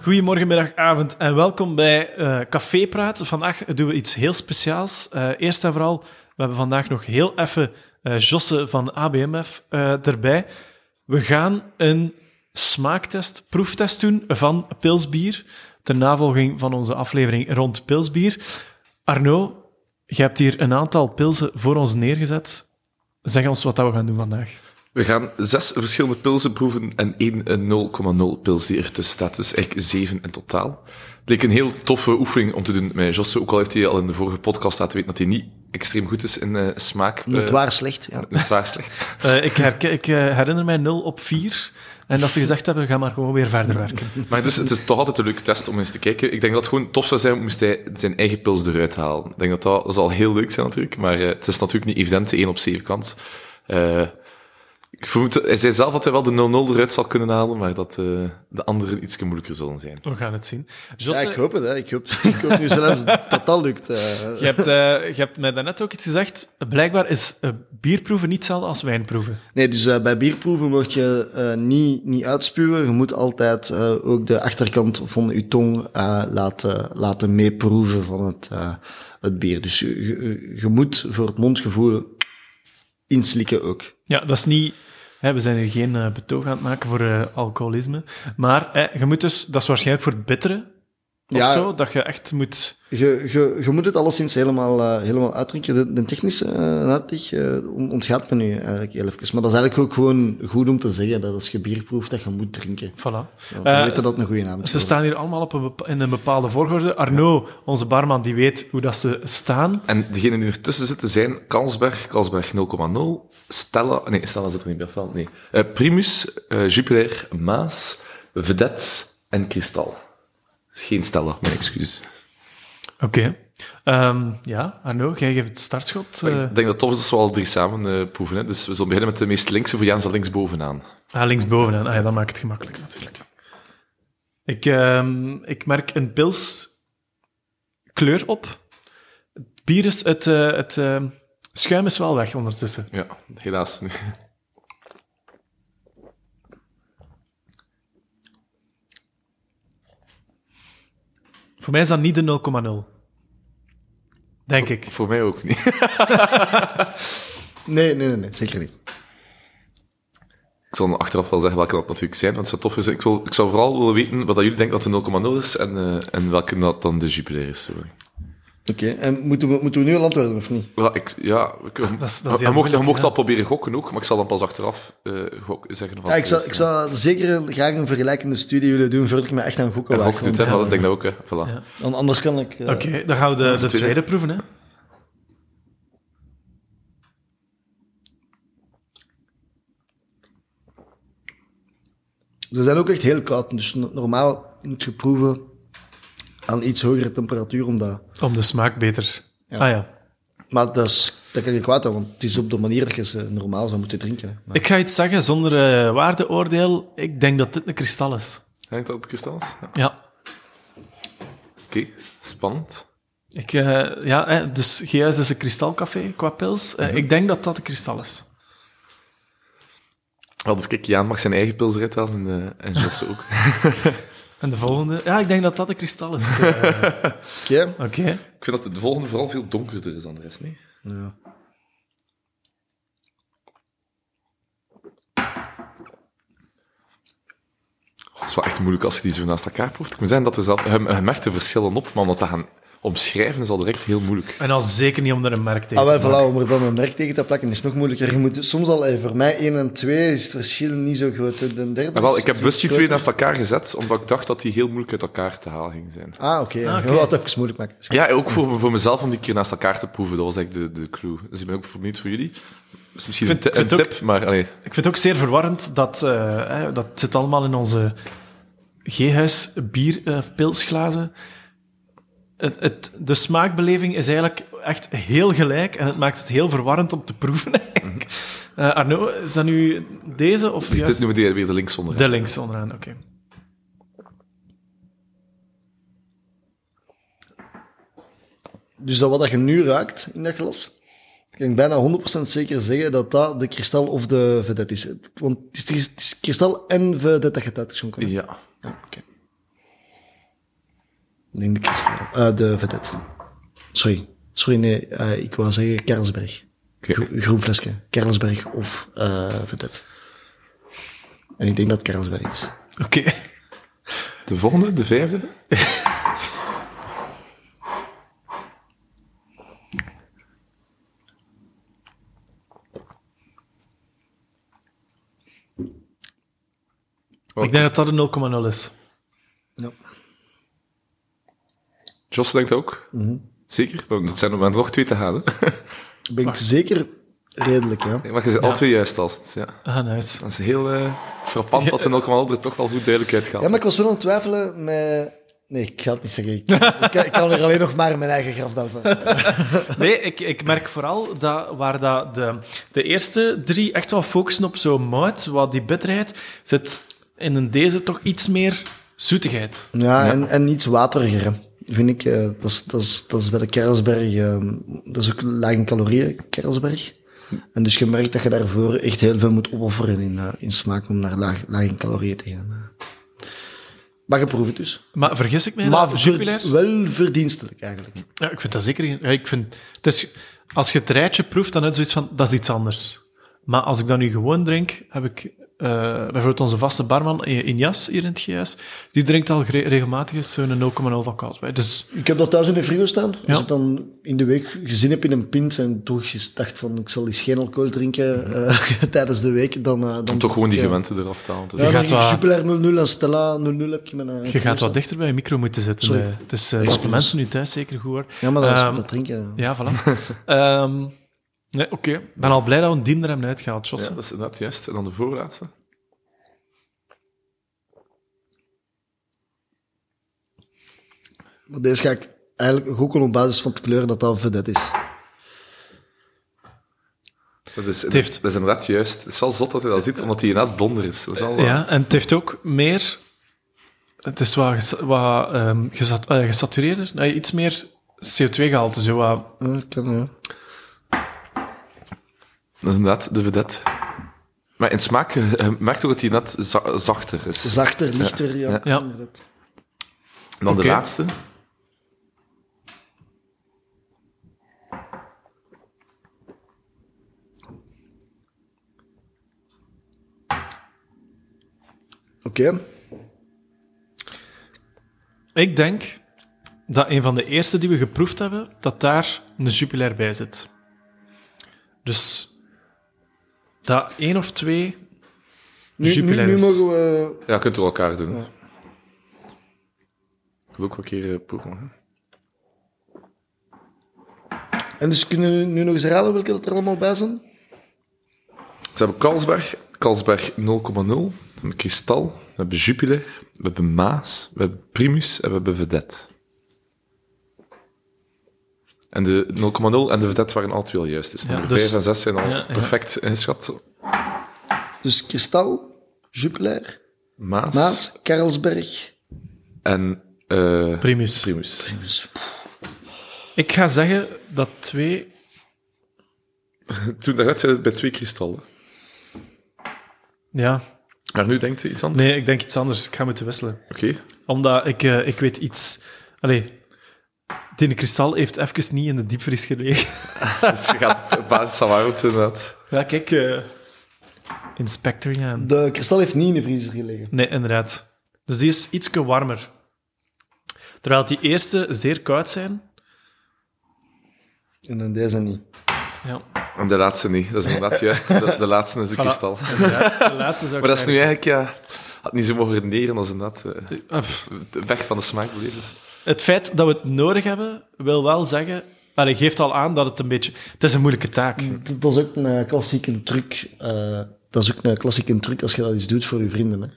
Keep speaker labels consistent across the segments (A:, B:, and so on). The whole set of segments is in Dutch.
A: Goedemorgen, middag, avond en welkom bij eh, Café Praat. Vandaag doen we iets heel speciaals. Eh, eerst en vooral, we hebben vandaag nog heel even eh, Josse van ABMF eh, erbij. We gaan een smaaktest, proeftest doen van pilsbier. Ter navolging van onze aflevering rond pilsbier. Arno, je hebt hier een aantal pilsen voor ons neergezet. Zeg ons wat dat we gaan doen vandaag.
B: We gaan zes verschillende pilsen proeven en één eh, 0,0 pils die ertussen staat. Dus eigenlijk zeven in totaal. Het leek een heel toffe oefening om te doen met Josse. Ook al heeft hij al in de vorige podcast laten weten dat hij niet extreem goed is in eh, smaak.
C: Niet
B: eh,
C: waar slecht. Ja.
B: niet waar slecht.
A: Eh, ik, herke- ik eh, herinner mij 0 op 4. En dat ze gezegd hebben, we gaan maar gewoon weer verder werken.
B: Maar dus, het is toch altijd een leuke test om eens te kijken. Ik denk dat het gewoon tof zou zijn moest hij zijn eigen pils eruit halen. Ik denk dat dat, dat zal heel leuk zijn natuurlijk. Maar eh, het is natuurlijk niet evident, de 1 op 7 kans. Eh, ik vermoed, hij zei zelf dat hij wel de 0-0 eruit zal kunnen halen, maar dat eh, de anderen iets moeilijker zullen zijn.
A: We gaan het zien.
C: Ja,
A: Josse,
C: ik hoop het. Hè. Ik, hoop, ik hoop nu zelfs dat dat lukt. eh.
A: je, hebt, eh, je hebt mij daarnet ook iets gezegd. Blijkbaar is eh, bierproeven niet hetzelfde als wijnproeven.
C: Nee, dus eh, bij bierproeven word je eh, niet, niet uitspuwen. Je moet altijd eh, ook de achterkant van je tong eh, laten, laten meeproeven van het, eh, het bier. Dus je, je, je moet voor het mondgevoel inslikken ook.
A: Ja, dat is niet... Hè, we zijn hier geen eh, betoog aan het maken voor eh, alcoholisme. Maar hè, je moet dus... Dat is waarschijnlijk voor het bittere of
C: Ja.
A: zo. Dat je echt moet...
C: Je, je, je moet het alleszins helemaal, eh, helemaal uitdrinken. De, de technische eh, uitleg eh, on- ontgaat me nu eigenlijk heel even. Maar dat is eigenlijk ook gewoon goed om te zeggen dat als je bier proeft, dat je moet drinken.
A: Voilà.
C: Ja,
A: Eh,
C: dan weten dat het een goede naam is.
A: Ze staan hier allemaal op een bepa- in een bepaalde volgorde. Arno, onze barman, die weet hoe dat ze staan.
B: En degenen die ertussen zitten zijn Kalsberg, Kalsberg 0,0, Stella, nee, Stella zit er niet bij, van, nee. Eh, Primus, eh, Jupiler, Maas, Vedette en Kristal. Dus geen Stella, mijn excuus.
A: Oké. Ehm, ja, Arno, jij geeft het startschot.
B: Maar
A: eh,
B: Ik denk dat het tof is dat we al drie samen eh, proeven. Hè. Dus we zullen beginnen met de meest linkse, voor Jan zal links bovenaan.
A: Ah, linksbovenaan. Ah ja, dan maakt het gemakkelijk natuurlijk. Ik, ehm, ik merk een pils kleur op. Het bier is... Het, eh, het ehm, schuim is wel weg ondertussen.
B: Ja, helaas. nu.
A: Voor mij is dat niet de 0,0. Denk ik.
B: Voor mij ook niet.
C: Nee, nee, nee, nee, zeker niet.
B: Ik zal achteraf wel zeggen welke dat natuurlijk zijn, want het zou tof is. Ik, wil, ik zou vooral willen weten wat dat jullie denken dat de 0,0 is en, eh, en welke dat dan de Jupiler is. Sorry.
C: Oké, en moeten we, moeten we nu al antwoorden of niet?
B: Ja, ik, ja ik,
A: dat is heel
B: je, mocht, je
A: moeilijk,
B: mocht
A: ja.
B: al proberen gokken ook, maar ik zal dan pas achteraf eh, gok- zeggen. Van
C: Ja, ik, zou, ik zou zeker graag een vergelijkende studie willen doen voordat ik me echt aan gokken waag.
B: Gok doet, hè,
C: want- eh,
B: dat denk ik ook. Hè. Voilà.
A: Ja.
C: want Anders kan ik... eh,
A: Oké, dan gaan we de,
B: is
A: de
B: de tweede.
A: tweede proeven. Hè.
C: Ze zijn ook echt heel koud, dus no- normaal moet je proeven aan iets hogere temperatuur. Omdat,
A: Om de smaak beter... Ah ja.
C: maar dat, is, dat kan je kwaad aan, want het is op de manier dat je ze normaal zou moeten drinken. hè. Maar-
A: Ik ga iets zeggen zonder eh, waardeoordeel. Ik denk dat dit een kristal is.
B: Denk dat het kristal is? Ja. Oké,
A: Ja.
B: spannend.
A: Ik, eh, ja hè, dus GS is een kristalcafé qua pils. Eh, Ik denk dat dat een kristal is.
B: Wel, dus kijk, Jaan mag zijn eigen pils eruit halen en, eh en Josse ook.
A: En de volgende? Ja, ik denk dat dat een kristal is. Eh,
C: Oké.
A: Oké.
B: ik vind dat de volgende vooral veel donkerder is dan de rest, nee?
C: Ja.
B: God, het is wel echt moeilijk als je die zo naast elkaar proeft. Ik moet zeggen dat er zelf... Je, je merkt de verschillen op, maar om dat te gaan omschrijven is al direct heel moeilijk.
A: En al zeker niet onder een merk tegen.
C: Ah, wel, voilà, om er dan een merk tegen te plakken is nog moeilijker. Je moet soms al, eh, voor mij 1 en 2 is het verschil niet zo groot. De derde
B: Ah,
A: Dus
B: wel,
C: is-
B: ik heb
C: is
B: bewust die
C: groter.
B: twee naast elkaar gezet, omdat ik dacht dat die heel moeilijk uit elkaar te halen gingen zijn.
C: Ah, oké.
A: Ah, oké.
C: Je wou het even moeilijk maken.
B: Ja, ook voor, voor mezelf om die keer naast elkaar te proeven. Dat was eigenlijk de, de clue. Dus ik ben ook benieuwd voor jullie. Dus misschien
A: vind-
B: een, ti-
A: ik vind
B: een
A: het
B: tip, maar allee,
A: Ik vind het ook zeer verwarrend dat eh, hè, dat zit allemaal in onze G-huis bier- eh, pilsglazen. Het, het, de smaakbeleving is eigenlijk echt heel gelijk en het maakt het heel verwarrend om te proeven. eigenlijk. Eh, Arno, is dat nu deze of
B: dit
A: juist
B: noemen die weer de links onder.
A: de links onderaan? Oké.
C: Dus dat wat dat je nu ruikt in dat glas, kan ik bijna 100% zeker zeggen dat dat de kristal of de vedette is. Het- Want het is, het is kristal en vedette dat je het uitgeschonken hebt.
B: Ja.
C: Ja, oké. Ah, Ik denk de Christel. Eh, de vedette. Sorry. Sorry, nee. eh, ik wou zeggen Karlsberg.
B: Oké.
C: Gro- groen flesje. Karlsberg of eh vedette. En ik denk dat het Karlsberg is.
A: Oké.
B: De volgende, de vijfde.
A: Ik denk dat dat een 0,0 is.
C: Ja.
B: Jos denkt ook.
C: Mhm.
B: Zeker, want dat zijn er maar nog twee te halen.
C: Ben ik zeker redelijk, ja.
B: Maar je zit al twee juist al. Dus ja.
A: Ah, nice.
B: Dat is heel eh, frappant dat de 0,0 er toch wel goed duidelijk uit gaat.
C: Ja, maar ik was wel aan het twijfelen met... Nee, ik ga het niet zeggen. Ik, ik, kan- ik kan er alleen nog maar in mijn eigen graf delven.
A: Nee, ik, ik merk vooral dat waar dat de, de eerste drie echt wel focussen op zo'n mout, wat die bitterheid, zit in een deze toch iets meer zoetigheid.
C: Ja, En, en iets wateriger, hè. vind ik. eh, dat, is, dat, is, dat is bij de Kerlsberg... eh, dat is ook laag in calorieën, Kerlsberg. En dus je merkt dat je daarvoor echt heel veel moet opofferen in, eh, in smaak om naar laag, laag in calorieën te gaan. Maar je proeft het dus.
A: Maar vergis ik mij?
C: maar
A: dat,
C: ver-
A: Jupiler?
C: wel verdienstelijk, eigenlijk.
A: Ja, ik vind dat zeker... geen- Ja, ik vind, het is, als je het rijtje proeft, dan heb je zoiets van, dat is iets anders. Maar als ik dat nu gewoon drink, heb ik... eh, bijvoorbeeld onze vaste barman in in Jas, hier in het GS, die drinkt al gere- regelmatig eens zo'n 0,0 van Carlsberg. Dus
C: Ik heb dat thuis in de frigo staan. Als
A: Ja.
C: ik dan in de week gezin heb in een pint en toch eens dacht van ik zal eens geen alcohol drinken eh, tijdens de week, dan... eh, dan
B: Om toch gewoon die
C: ja.
B: gewente eraf te halen. Dus
C: Ja,
A: Je
C: dan
A: gaat
C: drink ik
A: wat-
C: Jupiler 0-0 en Stella 0-0 heb je mijn... eh,
A: je
C: frigo
A: gaat
C: staan.
A: wat dichter bij je micro moeten zitten.
C: Sorry.
A: eh. het is eh, dat de
C: Excuus.
A: mensen nu thuis zeker goed hoor.
C: Ja, maar dat, is-
A: Ehm,
C: dat drinken...
A: Ja, voilà. Ehm, nee, oké. Ik ben al blij dat we een diender hebben uitgehaald,
B: ja,
A: Josse.
B: dat is inderdaad juist. En dan de voorlaatste.
C: Maar deze ga ik eigenlijk ook al op basis van de kleur dat dat vedette is.
B: Dat is, dat,
A: heeft-
B: is inderdaad juist. Het is wel zot dat hij dat ziet, omdat hij inderdaad blonder is. Dat is al,
A: Ja, en het heeft ook meer... Het is wat, ges- wat ehm, gesat- eh, gesatureerder. Nee, iets meer CO2-gehalte. Zo wat...
C: Ja, dat Eh, kan, ja.
B: Dat is inderdaad de vedette. Maar in smaak eh, je merkt ook dat hij net za- zachter is.
C: Zachter, lichter, ja.
A: Ja.
C: inderdaad.
B: En dan
A: Oké.
B: de laatste.
C: Oké.
A: Ik denk dat een van de eerste die we geproefd hebben, dat daar een Jupiler bij zit. Dus dat één of twee...
C: Nu, nu,
A: Jupiler
C: nu
A: is-
C: mogen we...
B: Ja, je kunt door elkaar doen. Ik wil ook wel een keer eh, proeven. hè.
C: En dus kunnen we nu nog eens herhalen welke dat er allemaal bij zijn?
B: Ze hebben Carlsberg, Carlsberg 0,0. We hebben Kristal, we hebben Jupiler, we hebben Maas, we hebben Primus en we hebben Vedette. En de 0,0 en de Vedette waren altijd wel juist. Dus
A: Ja,
B: nummer
A: dus-
B: 5 en 6 zijn al
A: Ja, ja.
B: perfect ingeschat.
C: Dus Kristal, Jupiler,
B: Maas,
C: Maas, Karlsberg.
B: en eh,
A: Primus.
B: Primus.
C: Dus
A: Ik ga zeggen dat twee
B: Toen daaruit zei het bij twee kristallen.
A: Ja,
B: Maar nu denkt ze iets anders.
A: nee, ik denk iets anders. Ik ga moeten wisselen.
B: Oké.
A: Omdat ik, eh, ik weet iets. Allee, die kristal heeft even niet in de diepvries gelegen.
B: Dus je gaat op basis van waaruit inderdaad.
A: Ja, kijk. eh, Inspector Jan.
C: De Kristal heeft niet in de vriezer gelegen.
A: Nee, inderdaad. Dus die is iets warmer. Terwijl die eerste zeer koud zijn.
C: En dan deze niet.
A: Ja,
B: En de laatste niet. Dat is inderdaad juist. De, de laatste is de kristal.
A: inderdaad. De laatste zou ik
B: Maar dat is nu
A: zeggen.
B: eigenlijk, ja, had niet zo mogen renderen als inderdaad eh,
A: Ah, pff.
B: de weg van de smaak beleefd is.
A: Het feit dat we het nodig hebben, wil wel zeggen... Allee, geeft al aan dat het een beetje... Het is een moeilijke taak.
B: Mm.
C: Dat, dat is ook een eh, klassieke truc. eh, dat is ook een klassieke truc als je dat iets doet voor je vrienden. Hè.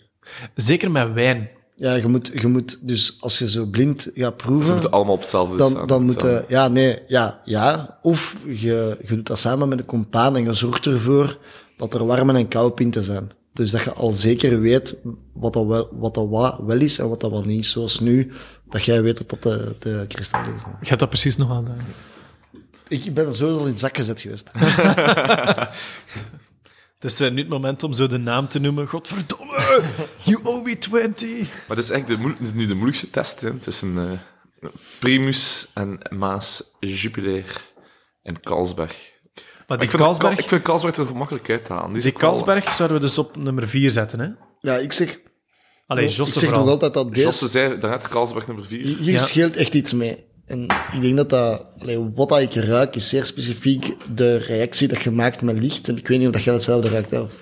A: Zeker met wijn.
C: Ja, je moet, je moet dus als je zo blind gaat
B: Ze
C: proeven,
B: moeten allemaal op hetzelfde
C: dan,
B: staan.
C: dan moet
B: Hetzelfde.
C: je, ja, nee, ja, ja. Of je, je doet dat samen met een compaan en je zorgt ervoor dat er warme en koude pinten zijn. Dus dat je al zeker weet wat dat wel, wat dat wa- wel is en wat dat wel niet is. Zoals nu, dat jij weet dat dat de, de kristallen is.
A: Je hebt dat precies nog aan. eh.
C: Ik ben er zo al in het zak gezet geweest.
A: Het is eh, nu het moment om zo de naam te noemen. Godverdomme, you owe me 20.
B: Maar dat is eigenlijk de moe- nu de moeilijkste test hè, tussen eh, Primus en Maas, Jupiler en Carlsberg.
A: Maar
B: Maar
A: die
B: ik, vind dat
A: Carlsberg,
B: Kal- ik vind Carlsberg er gemakkelijk uit te halen. Die, is
A: die
B: ook wel-
A: Carlsberg zouden we dus op nummer 4 zetten, hè?
C: Ja, ik zeg,
A: Allee,
C: ik
A: Josse
C: zeg nog
A: vooral.
C: altijd dat
B: Josse
C: deze,
B: zei daarnet Carlsberg nummer 4.
C: hier
A: Ja.
C: scheelt echt iets mee. En ik denk dat dat, allee, wat dat ik ruik, is zeer specifiek de reactie dat je maakt met licht. En ik weet niet of dat jij hetzelfde ruikt. hè, Of,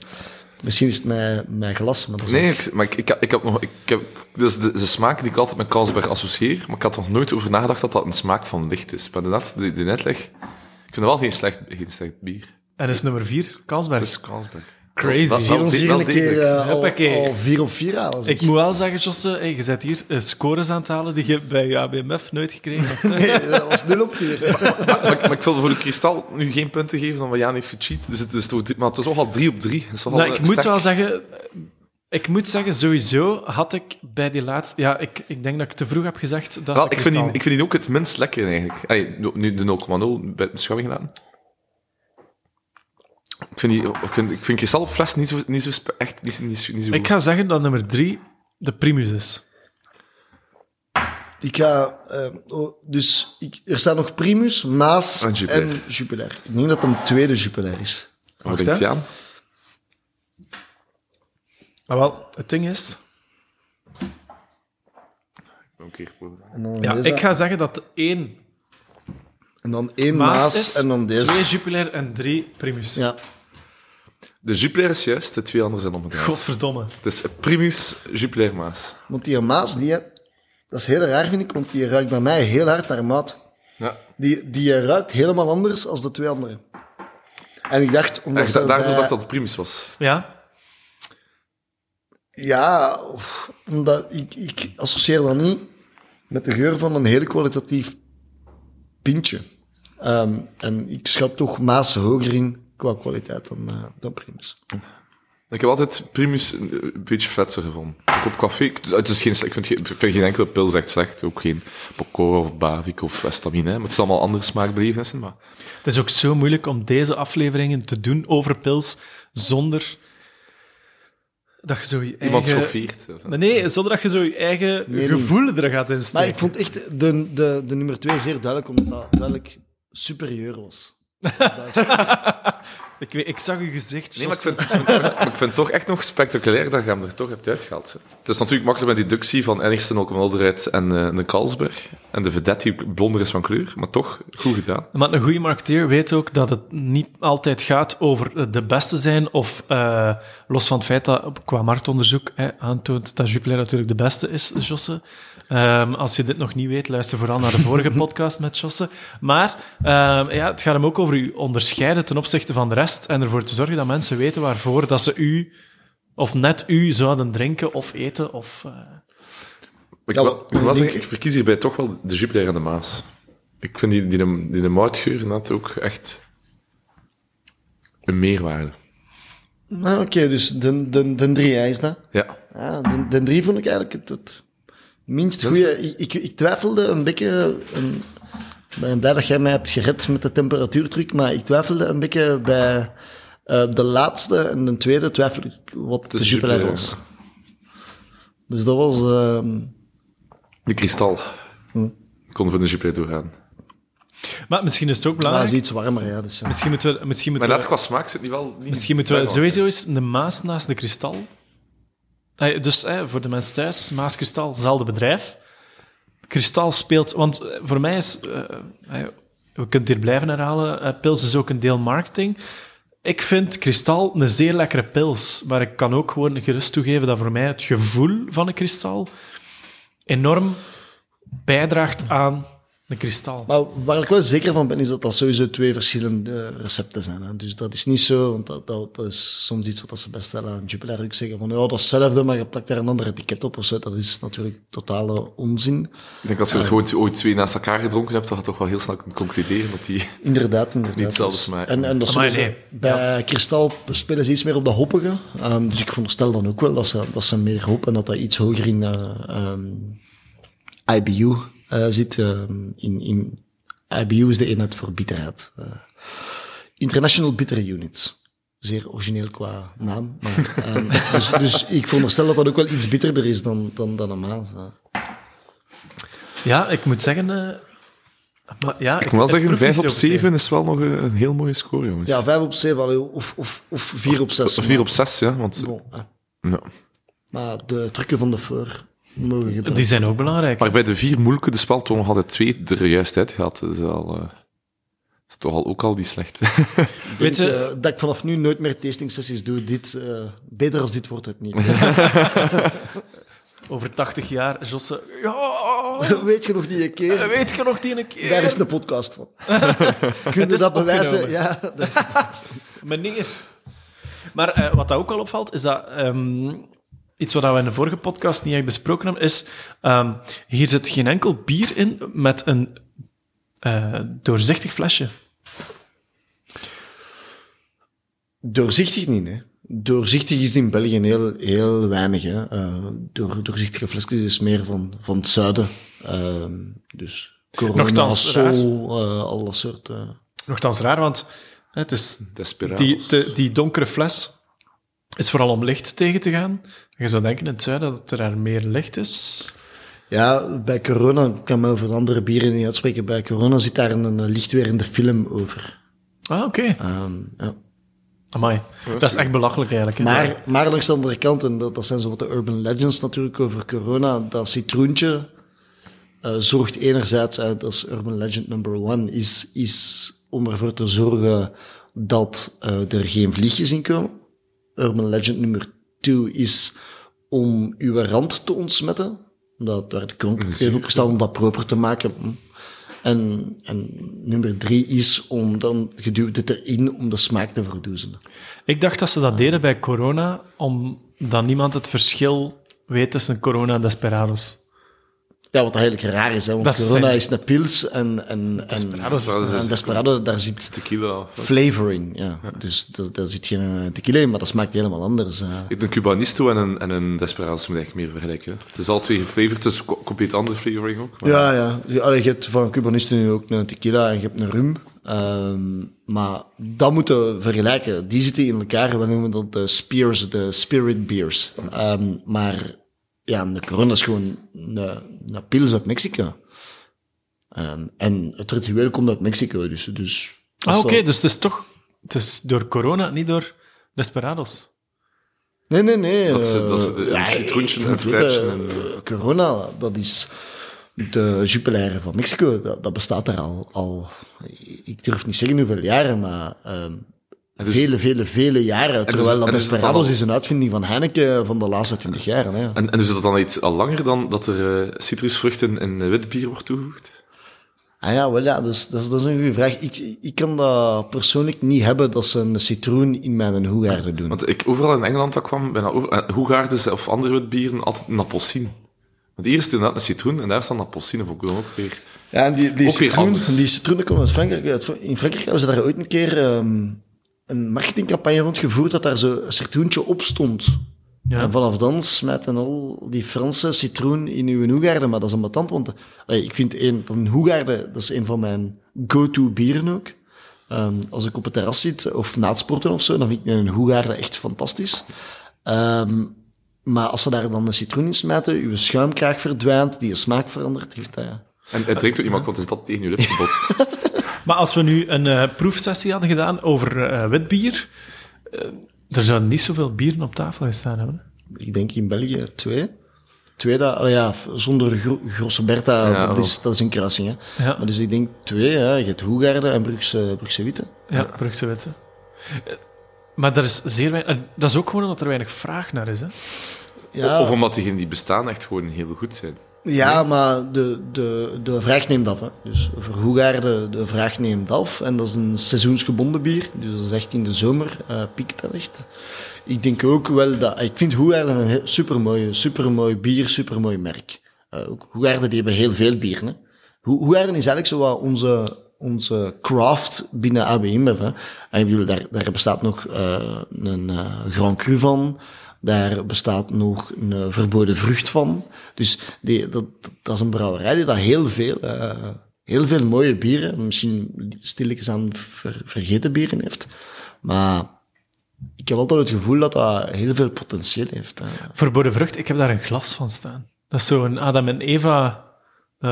C: misschien is het mijn, mijn glas, maar dat is
B: Nee, ik, maar ik, ik, ik heb nog. Ik heb, dus de, de smaak die ik altijd met Carlsberg associeer, maar ik had nog nooit over nagedacht dat dat een smaak van licht is. Maar inderdaad, die, die netleg. Ik vind het wel geen slecht, geen slecht bier.
A: En is nummer 4 Carlsberg.
B: Het is Carlsberg.
A: Crazy.
B: Dat-
C: Zie
B: dat-
C: ons
B: wel
C: hier een
B: degelijk.
C: keer eh, al,
A: Hoppakee.
C: al vier op vier halen. zeg.
A: Ik moet wel zeggen, Josse, hey, je bent hier eh, scores aan het halen die je bij je ABMF nooit gekregen hebt. hè. Nou,
C: Nee, dat was nul op vier.
B: Maar, ik- maar ik wil voor de kristal nu geen punten geven dan wat Jaan heeft gecheat. Dus het is toch, drie- maar het is toch eh, al 3 op 3.
A: Nou, ik moet wel zeggen, ik moet zeggen, sowieso had ik bij die laatste. Ja, ik, ik denk dat ik te vroeg heb gezegd. Dat is
B: Wel,
A: de
B: ik, vind die,
A: kristal.
B: ik vind die ook het minst lekker eigenlijk. Allee, nu- nu de 0,0 bij beschouwing laten. Ik vind, die, ik vind, ik vind kristalfles niet zo, niet zo spe- echt niet, niet, zo- niet zo
A: Ik ga zeggen dat nummer 3 de Primus is.
C: Ik ga, eh, oh, dus ik, er staat nog Primus, Maas
B: En
C: en
B: Jupiler.
C: Jupiler. Ik denk dat het een tweede Jupiler is.
B: Wat
A: Wacht,
B: denkt
A: hè.
B: je aan?
A: Maar wel, het ding is.
B: Oké,
C: En dan,
A: Ja,
C: deze,
A: ik ga zeggen dat één
C: en dan één
A: Maas,
C: Maas,
A: is,
C: en dan deze.
A: twee Jupiler en drie Primus.
C: Ja,
B: De Jupiler is juist, de twee anderen zijn omgedraaid.
A: Godverdomme.
B: Het is Primus, Jupiler, Maas.
C: want die Maas, die, eh, dat is heel raar vind ik, want die ruikt bij mij heel hard naar maat.
B: Ja.
C: Die, die eh, ruikt helemaal anders dan de twee anderen. En ik dacht, omdat
B: Ik da-
C: ze
B: daardoor
C: bij-
B: dacht ik dat het Primus was.
A: Ja,
C: Ja, of- omdat ik, ik associeer dat niet met de geur van een heel kwalitatief pintje. Ehm, en ik schat toch Maas hoger in qua kwaliteit dan, eh, dan Primus.
B: Ik heb altijd Primus een een beetje vetser gevonden. Ook op café. Ik- Het is geen, sle- ik, vind geen, ik vind geen enkele pils echt slecht. Ook geen Bocor of Bavik of Vestamine. hè. Maar het zijn allemaal andere smaakbelevenissen. Maar
A: het is ook zo moeilijk om deze afleveringen te doen over pils zonder dat je zo je eigen...
B: iemand schoffeert. eh,
A: Maar nee, zonder dat je zo je eigen
C: Mening.
A: gevoel er gaat
C: Maar
A: insteken.
C: ik vond echt de, de, de nummer twee zeer duidelijk, omdat dat duidelijk superieur was.
A: Ik, weet, ik zag uw gezicht.
B: Nee, maar ik
A: Josse.
B: vind, ik vind- maar ik vind het toch echt nog spectaculair dat je hem er toch hebt uitgehaald. hè. Het is natuurlijk makkelijk met die deductie van Enigsen, Alcohol eruit en eh de Carlsberg. En de vedette die blonder is van kleur, maar toch goed gedaan.
A: Maar een goede marketeer weet ook dat het niet altijd gaat over eh, de beste zijn. Of eh, los van het feit dat op- qua marktonderzoek hè, aantoont dat Jupiler natuurlijk de beste is, Josse. Ehm, als je dit nog niet weet, luister vooral naar de vorige podcast met Josse. Maar ehm, ja, het gaat hem ook over u onderscheiden ten opzichte van de rest. En ervoor te zorgen dat mensen weten waarvoor dat ze u of net u zouden drinken of eten. Of, eh,
B: Ik,
C: Ja,
B: wel-
C: maar-
B: ik,
C: maar
B: wel zeggen,
C: denk-
B: ik verkies hierbij toch wel de Jupiler en de Maas. Ik vind die, die, die, die moutgeur net ook echt een meerwaarde.
C: Nou, oké, dus de, de, de drie, hè, is dat?
B: Ja.
C: Ja, de, de drie vond ik eigenlijk het, het minst
B: Dat is-
C: goede. Ik, ik, ik twijfelde een beetje. een- ik ben blij dat jij mij hebt gered met de temperatuurtruc, maar ik twijfelde een beetje bij eh, de laatste en de tweede twijfel ik wat de,
B: is
C: Jupiler
B: Jupiler,
C: was.
B: ja.
C: Dus dat was. ehm,
B: De kristal. Ik kon voor de Jupiler doorgaan.
A: Maar misschien is het ook
B: Ah,
C: maar
A: belangrijk.
C: is iets warmer, ja. Dus, ja.
A: Misschien moeten we. Misschien
B: Maar
A: moeten
B: dat
A: we...
B: qua smaak zit die wel niet...
A: Misschien moeten we
B: wel.
A: sowieso eens de Maas naast de Kristal. Eh, Dus eh, voor de mensen thuis, Maas Kristal, hetzelfde bedrijf. Kristal speelt, want eh, voor mij is, eh, eh, we kunnen het hier blijven herhalen, eh, pils is ook een deel marketing. Ik vind Kristal een zeer lekkere pils, maar ik kan ook gewoon gerust toegeven dat voor mij het gevoel van een Kristal enorm bijdraagt aan een Kristal.
C: Maar waar ik wel zeker van ben, is dat dat sowieso twee verschillende eh, recepten zijn. Hè. Dus dat is niet zo, want dat, dat, dat is soms iets wat dat ze best stellen aan Jupiler. Ik zeggen van, ja, dat is hetzelfde, maar je plakt daar een ander etiket op of zo. Dat is natuurlijk totale onzin.
B: Ik denk als je er gewoon twee- ooit twee naast elkaar gedronken hebt, dan gaat toch wel heel snel kunt concluderen dat die...
C: Inderdaad, inderdaad.
B: Niet hetzelfde smaak.
C: En, en dat is
A: Amai,
C: sowieso-
A: nee.
C: Bij Kristal spelen ze iets meer op de hoppige. Ehm, dus ik veronderstel dan ook wel dat ze, dat ze meer hoppen en dat dat iets hoger in eh, ehm, IBU eh, zit. ehm, in, in, IBU is de eenheid voor bitterheid. Eh, International Bitter Units. Zeer origineel qua naam. Maar, ehm, dus, dus ik veronderstel dat dat ook wel iets bitterder is dan, dan, dan een maas. eh.
A: Ja, ik moet zeggen... eh, maar ja,
B: Ik moet wel
A: het
B: zeggen,
A: proef
B: 5
A: niet
B: op
A: zo per se.
B: 7 is wel nog een, een heel mooie score, jongens.
C: Ja, 5 op 7 of, of, of 4 op 6.
B: 4 op 6, ja. Want,
C: Bon, hè.
B: ja.
C: Maar de trucken van de voor mogen gebruiken.
A: Die zijn ook belangrijk.
B: Maar bij de vier moeilijke de spel toch nog altijd twee er juist uit gehad. Dat is, al, eh, is toch al, ook al die slecht.
C: Ik
A: Weet
C: denk,
A: je-
C: eh, dat ik vanaf nu nooit meer tasting sessies doe. Dit, eh, beter als dit wordt het niet.
A: Over 80 jaar, Josse... Ja,
C: Weet je nog die keer?
A: weet je nog die ene keer?
C: Daar is een podcast van. Kun je
A: is
C: dat bewijzen?
A: opgenomen.
C: Ja, daar is-
A: Meneer. Maar eh, wat dat ook al opvalt, is dat ehm, iets wat we in de vorige podcast niet echt besproken hebben, is ehm, hier zit geen enkel bier in met een eh, doorzichtig flesje.
C: Doorzichtig niet, hè. Doorzichtig is in België heel, heel weinig. Hè. Eh, door, doorzichtige flesjes is meer van, van het zuiden. Ehm, dus corona,
A: Nochtans,
C: sol, eh alle soorten.
A: Nochtans raar, want het is
B: Desperados.
A: die, de- die donkere fles is vooral om licht tegen te gaan. Je zou denken in het zuiden dat er daar meer licht is.
C: Ja, bij corona, ik kan me over andere bieren niet uitspreken, bij corona zit daar een, eh, lichtwerende film over.
A: Ah, oké.
C: Ehm, ja.
A: Amai. Dat is echt belachelijk eigenlijk. hè.
C: Maar, maar langs de andere kant, en dat, dat zijn zo wat de urban legends natuurlijk over corona, dat citroentje eh, zorgt enerzijds, uit dat is urban legend number one, is, is om ervoor te zorgen dat eh, er geen vliegjes in komen. Urban legend nummer two is om uw rand te ontsmetten. Dat, waar de kronkgegeven op gestaan om dat proper te maken. Hm. En, en nummer drie is om dan geduwd het erin om de smaak te verdoezelen.
A: Ik dacht dat ze dat deden bij corona, omdat niemand het verschil weet tussen corona en desperados.
C: Ja, wat eigenlijk raar is, hè, want
A: Dat is
C: corona
A: zijn-
C: is een pils en, en,
A: Desperados is-
C: en, en Desperado, daar zit
B: Tequila.
C: flavor in. Ja. Dus daar, daar zit geen eh, tequila in, maar dat smaakt helemaal anders. eh.
B: Een Cubanisto en een, en een Desperados moet je eigenlijk meer vergelijken. hè. Het is al twee geflavored, het is co- compleet andere flavoring ook. Maar
C: Ja, ja. Je- Allee, je hebt van Cubanisten nu ook een tequila en je hebt een rum. Ehm, maar dat moeten we vergelijken. Die zitten in elkaar. We noemen dat de spears, de spirit beers. Ehm, maar ja, de corona is gewoon een, een pils uit Mexico. Ehm, en het ritueel komt uit Mexico. Dus, dus
A: Ah,
C: dat
A: oké,
C: zal-
A: dus het is toch het is door corona, niet door desperados.
C: Nee, nee, nee.
B: Dat ze-
C: eh,
B: dat ze de- een citroentje
C: ik
B: en een
C: vind, eh,
B: fruitje en-
C: eh, Corona, dat is de Jupiler van Mexico. Dat, dat bestaat daar al, al, ik durf niet zeggen hoeveel jaren, maar ehm,
B: dus-
C: vele, vele, vele jaren.
B: dus-
C: Terwijl dat
B: en dus is het
C: Desperados
B: al-
C: is een uitvinding van Heineken eh, van de laatste twintig jaar. Hè.
B: En, en dus is dat dan iets al langer dan dat er eh, citrusvruchten in eh, wit bier wordt toegevoegd?
C: Ah ja, wel ja, dat is, dat is, dat is een goede vraag. Ik, ik kan dat persoonlijk niet hebben dat ze een citroen in mijn hoegaarden doen.
B: Want ik, overal in Engeland dat kwam, bijna over, eh, Hoegaarden of andere witbieren, altijd een appelsien. Want hier is het inderdaad een citroen en daar staan appelsien voor ook weer.
C: Ja, en die, die,
B: Ook weer
C: citroen,
B: anders.
C: die citroenen komen uit Frankrijk. Uit- In Frankrijk hebben ze daar ooit een keer ehm, een marketingcampagne rondgevoerd dat daar zo'n citroentje op stond.
A: Ja.
C: En vanaf dan smijten al die Franse citroen in uw hoegaarden. Maar dat is een betant, want eh, allee, ik vind een, een hoegaarde, dat is een van mijn go-to bieren ook. Ehm, als ik op het terras zit of na het sporten of zo, dan vind ik een hoegaarde echt fantastisch. Ehm, maar als ze daar dan een citroen in smijten, uw schuimkraag verdwijnt, die smaak verandert, heeft dat...
B: En het drinkt ook iemand, want is dat tegen je lip gebotst.
A: Maar als we nu een eh, proefsessie hadden gedaan over eh wit bier, eh, er zouden niet zoveel bieren op tafel gestaan hebben. hè.
C: ik denk in België twee. Twee dat, allee, ja, f- zonder gro Grosse Bertha,
B: Ja,
C: dat,
B: wel.
C: is, dat is een kruising. Hè.
A: Ja.
C: Maar dus ik denk twee, hè. je hebt Hoegaarden en Brugse, Brugse Witte.
A: Ja, Brugse Witte. Eh, Maar er is zeer weinig... eh, Dat is ook gewoon omdat er weinig vraag naar is, hè?
C: Ja,
B: Of omdat diegenen die bestaan echt gewoon heel goed zijn.
C: ja maar de, de, de vraag neemt af. Hè. Dus voor Hoegaarden, de vraag neemt af. En dat is een seizoensgebonden bier, dus dat is echt in de zomer, eh piekt dat echt. Ik denk ook wel dat, ik vind Hoegaarden een he- supermooi, supermooi bier, supermooi merk. Eh, ook Hoegaarden die hebben heel veel bieren. Hè. Hoe, hoe Aarden is eigenlijk zo wat onze, onze craft binnen ABMF. Hè? En ik bedoel, daar, daar bestaat nog eh, een eh, Grand Cru van. Daar bestaat nog een eh, verboden vrucht van. Dus die, dat, dat is een brouwerij die dat heel veel, eh, heel veel mooie bieren, misschien stilletjes aan ver- vergeten bieren heeft. Maar ik heb altijd het gevoel dat dat heel veel potentieel heeft. Hè.
A: Verboden vrucht, ik heb daar een glas van staan. Dat is zo'n Adam en Eva eh,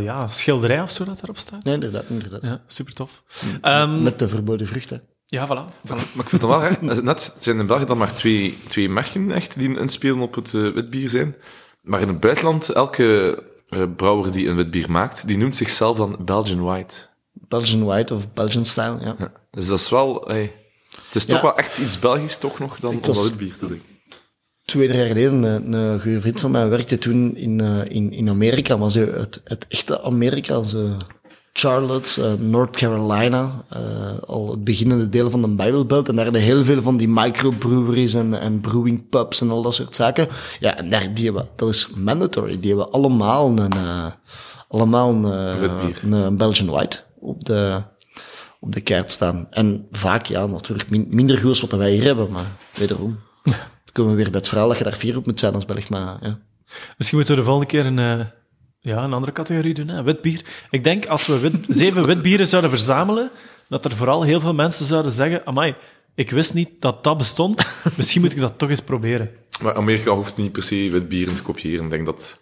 A: ja, schilderij of zo dat daarop staat.
C: Nee, inderdaad, inderdaad.
A: Ja, super tof. Ehm,
C: Met de verboden vruchten.
A: ja, voilà. voilà.
B: Maar ik vind het wel raar. Net het zijn in België dan maar twee, twee merken echt die een inspelen op het eh, witbier zijn. Maar in het buitenland, elke eh, brouwer die een witbier maakt, die noemt zichzelf dan Belgian White.
C: Belgian White of Belgian Style, ja.
B: Ja. Dus dat is wel... eh, het is toch
C: Ja.
B: wel echt iets Belgisch toch nog dan om
C: was-
B: dat witbier te drinken.
C: Twee, drie jaar geleden, eh, een, een goede vriend van mij werkte toen in, eh, in, in Amerika, maar zo het, het echte Amerika, zo Charlotte, eh, North Carolina, eh, al het beginnende deel van de Bible Belt. En daar hadden heel veel van die microbreweries en, en brewing pubs en al dat soort zaken. Ja, en daar die hebben, dat is mandatory, die hebben allemaal een, eh, allemaal een, eh,
B: Wit bier.
C: een, eh, Belgian White op de, op de kaart staan. En vaak, ja, natuurlijk min- minder goed als wat wij hier hebben, maar wederom. Dan komen we weer bij het verhaal dat je daar vier op moet zijn als Belg, maar ja.
A: Misschien moeten we de volgende keer een, eh, ja, een andere categorie doen. Hè? Wit bier. Ik denk als we wit- zeven witbieren zouden verzamelen, dat er vooral heel veel mensen zouden zeggen: Amai, ik wist niet dat dat bestond. Misschien moet ik dat toch eens proberen.
B: Maar Amerika hoeft niet per se witbieren te kopiëren. Ik denk dat...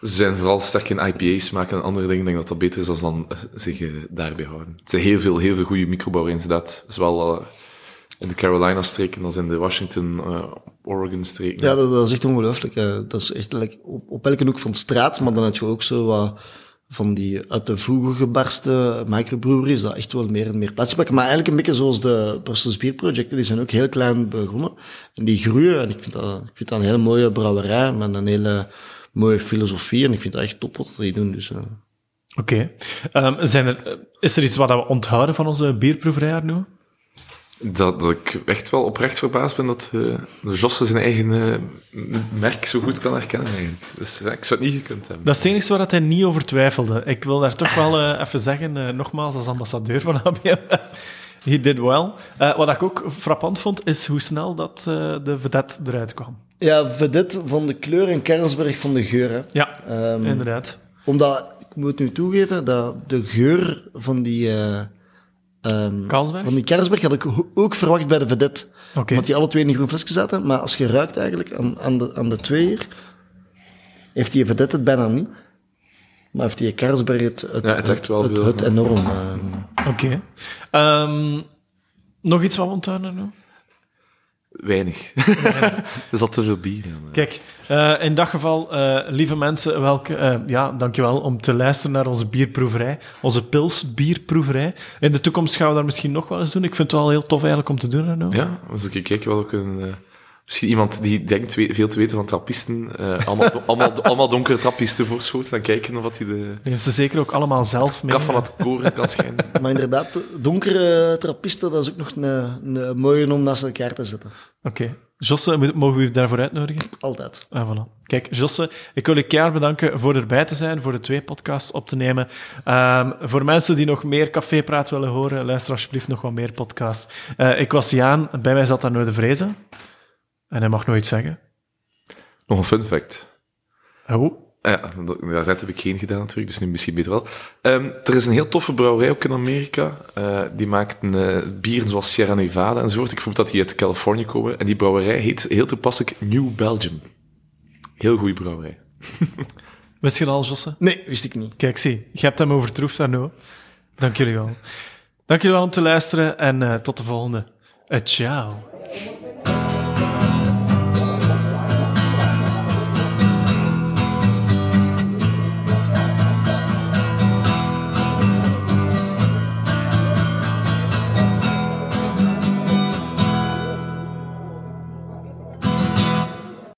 B: Ze zijn vooral sterk in IPA's maken en andere dingen. Ik denk dat dat beter is als dan eh, zich eh, daarbij houden. Het zijn heel veel, heel veel goede microbouwers inderdaad. Zowel eh, in de Carolina-streken als in de eh, Washington-Oregon-streken.
C: Ja, dat, dat is echt ongelooflijk. eh. Dat is echt like, op, op elke hoek van de straat, maar dan heb je ook zo wat van die uit de vroeger gebarsten microbreweries, dat echt wel meer en meer plaats pakken. Maar eigenlijk een beetje zoals de Brussels Beer Projecten, die zijn ook heel klein begonnen. En die groeien, en ik vind dat, ik vind dat een hele mooie brouwerij, met een hele mooie filosofie, en ik vind dat echt top wat die doen. Dus, eh.
A: Oké. Ehm, zijn er, eh, is er iets wat we onthouden van onze bierproeverij nu?
B: Dat, dat ik echt wel oprecht verbaasd ben dat eh Josse zijn eigen eh, m- merk zo goed kan herkennen. Eigenlijk. Dus ja, ik zou het niet gekund hebben.
A: Dat is het enige waar dat hij niet over twijfelde. Ik wil daar toch wel eh, even zeggen, eh, nogmaals als ambassadeur van ABM, he did well. Eh, wat ik ook frappant vond, is hoe snel dat eh, de vedette eruit kwam.
C: Ja, vedette van de kleur en Kernsberg van de geur. Hè.
A: Ja,
C: Ehm,
A: inderdaad.
C: Omdat, ik moet nu toegeven, dat de geur van die... eh ehm,
A: Carlsberg?
C: Van die Kersberg had ik ho- ook verwacht bij de vedette.
A: Oké.
C: Omdat die alle twee in een groen flesje zaten. Maar als je ruikt eigenlijk aan, aan, de, aan de twee hier, heeft die vedette het bijna niet. Maar heeft die Kersberg het, het,
B: Ja, het echt wel
C: het,
B: veel,
C: het
B: ja.
C: enorm. eh.
A: Oké. Ehm, nog iets wat we onthouden nu?
B: Weinig. er zat te veel bier aan.
A: Kijk, eh, in dat geval, eh, lieve mensen, welke, eh ja, dankjewel om te luisteren naar onze bierproeverij, onze pilsbierproeverij. In de toekomst gaan we daar misschien nog wel eens doen. Ik vind het wel heel tof eigenlijk om te doen. Arno.
B: Ja, we zullen kijken wat we kunnen... eh, misschien iemand die denkt we- veel te weten van trappisten, eh, allemaal, do- allemaal, allemaal donkere trappisten voorschoten en kijken of wat hij de
A: Neem ze zeker ook allemaal zelf mee.
B: kaf van het koren kan schijnen.
C: Maar inderdaad, donkere trappisten, dat is ook nog een, een mooie om naast elkaar te zetten.
A: Oké. Josse, moet- mogen we u daarvoor uitnodigen?
C: Altijd.
A: Ah, voilà. Kijk, Josse, ik wil je keihard bedanken voor erbij te zijn, voor de twee podcasts op te nemen. Ehm, voor mensen die nog meer cafépraat willen horen, luister alsjeblieft nog wat meer podcasts. Eh, ik was Jaan, bij mij zat Arno de Vrezen. En hij mag nooit zeggen.
B: Nog een fun fact.
A: Oh,
B: Ah Ja, dat, ja, dat heb ik geen gedaan natuurlijk, dus nu misschien beter wel. Ehm, er is een heel toffe brouwerij ook in Amerika. Eh, die maakt een, eh, bieren zoals Sierra Nevada enzovoort. Ik vermoed dat die uit Californië komen. En die brouwerij heet heel toepasselijk New Belgium. Heel goede brouwerij.
A: wist je dat al, Josse?
C: Nee, wist ik niet.
A: Kijk, zie, je hebt hem overtroefd, Arno. Dank jullie wel. Dank jullie wel om te luisteren en eh, tot de volgende. Eh, ciao.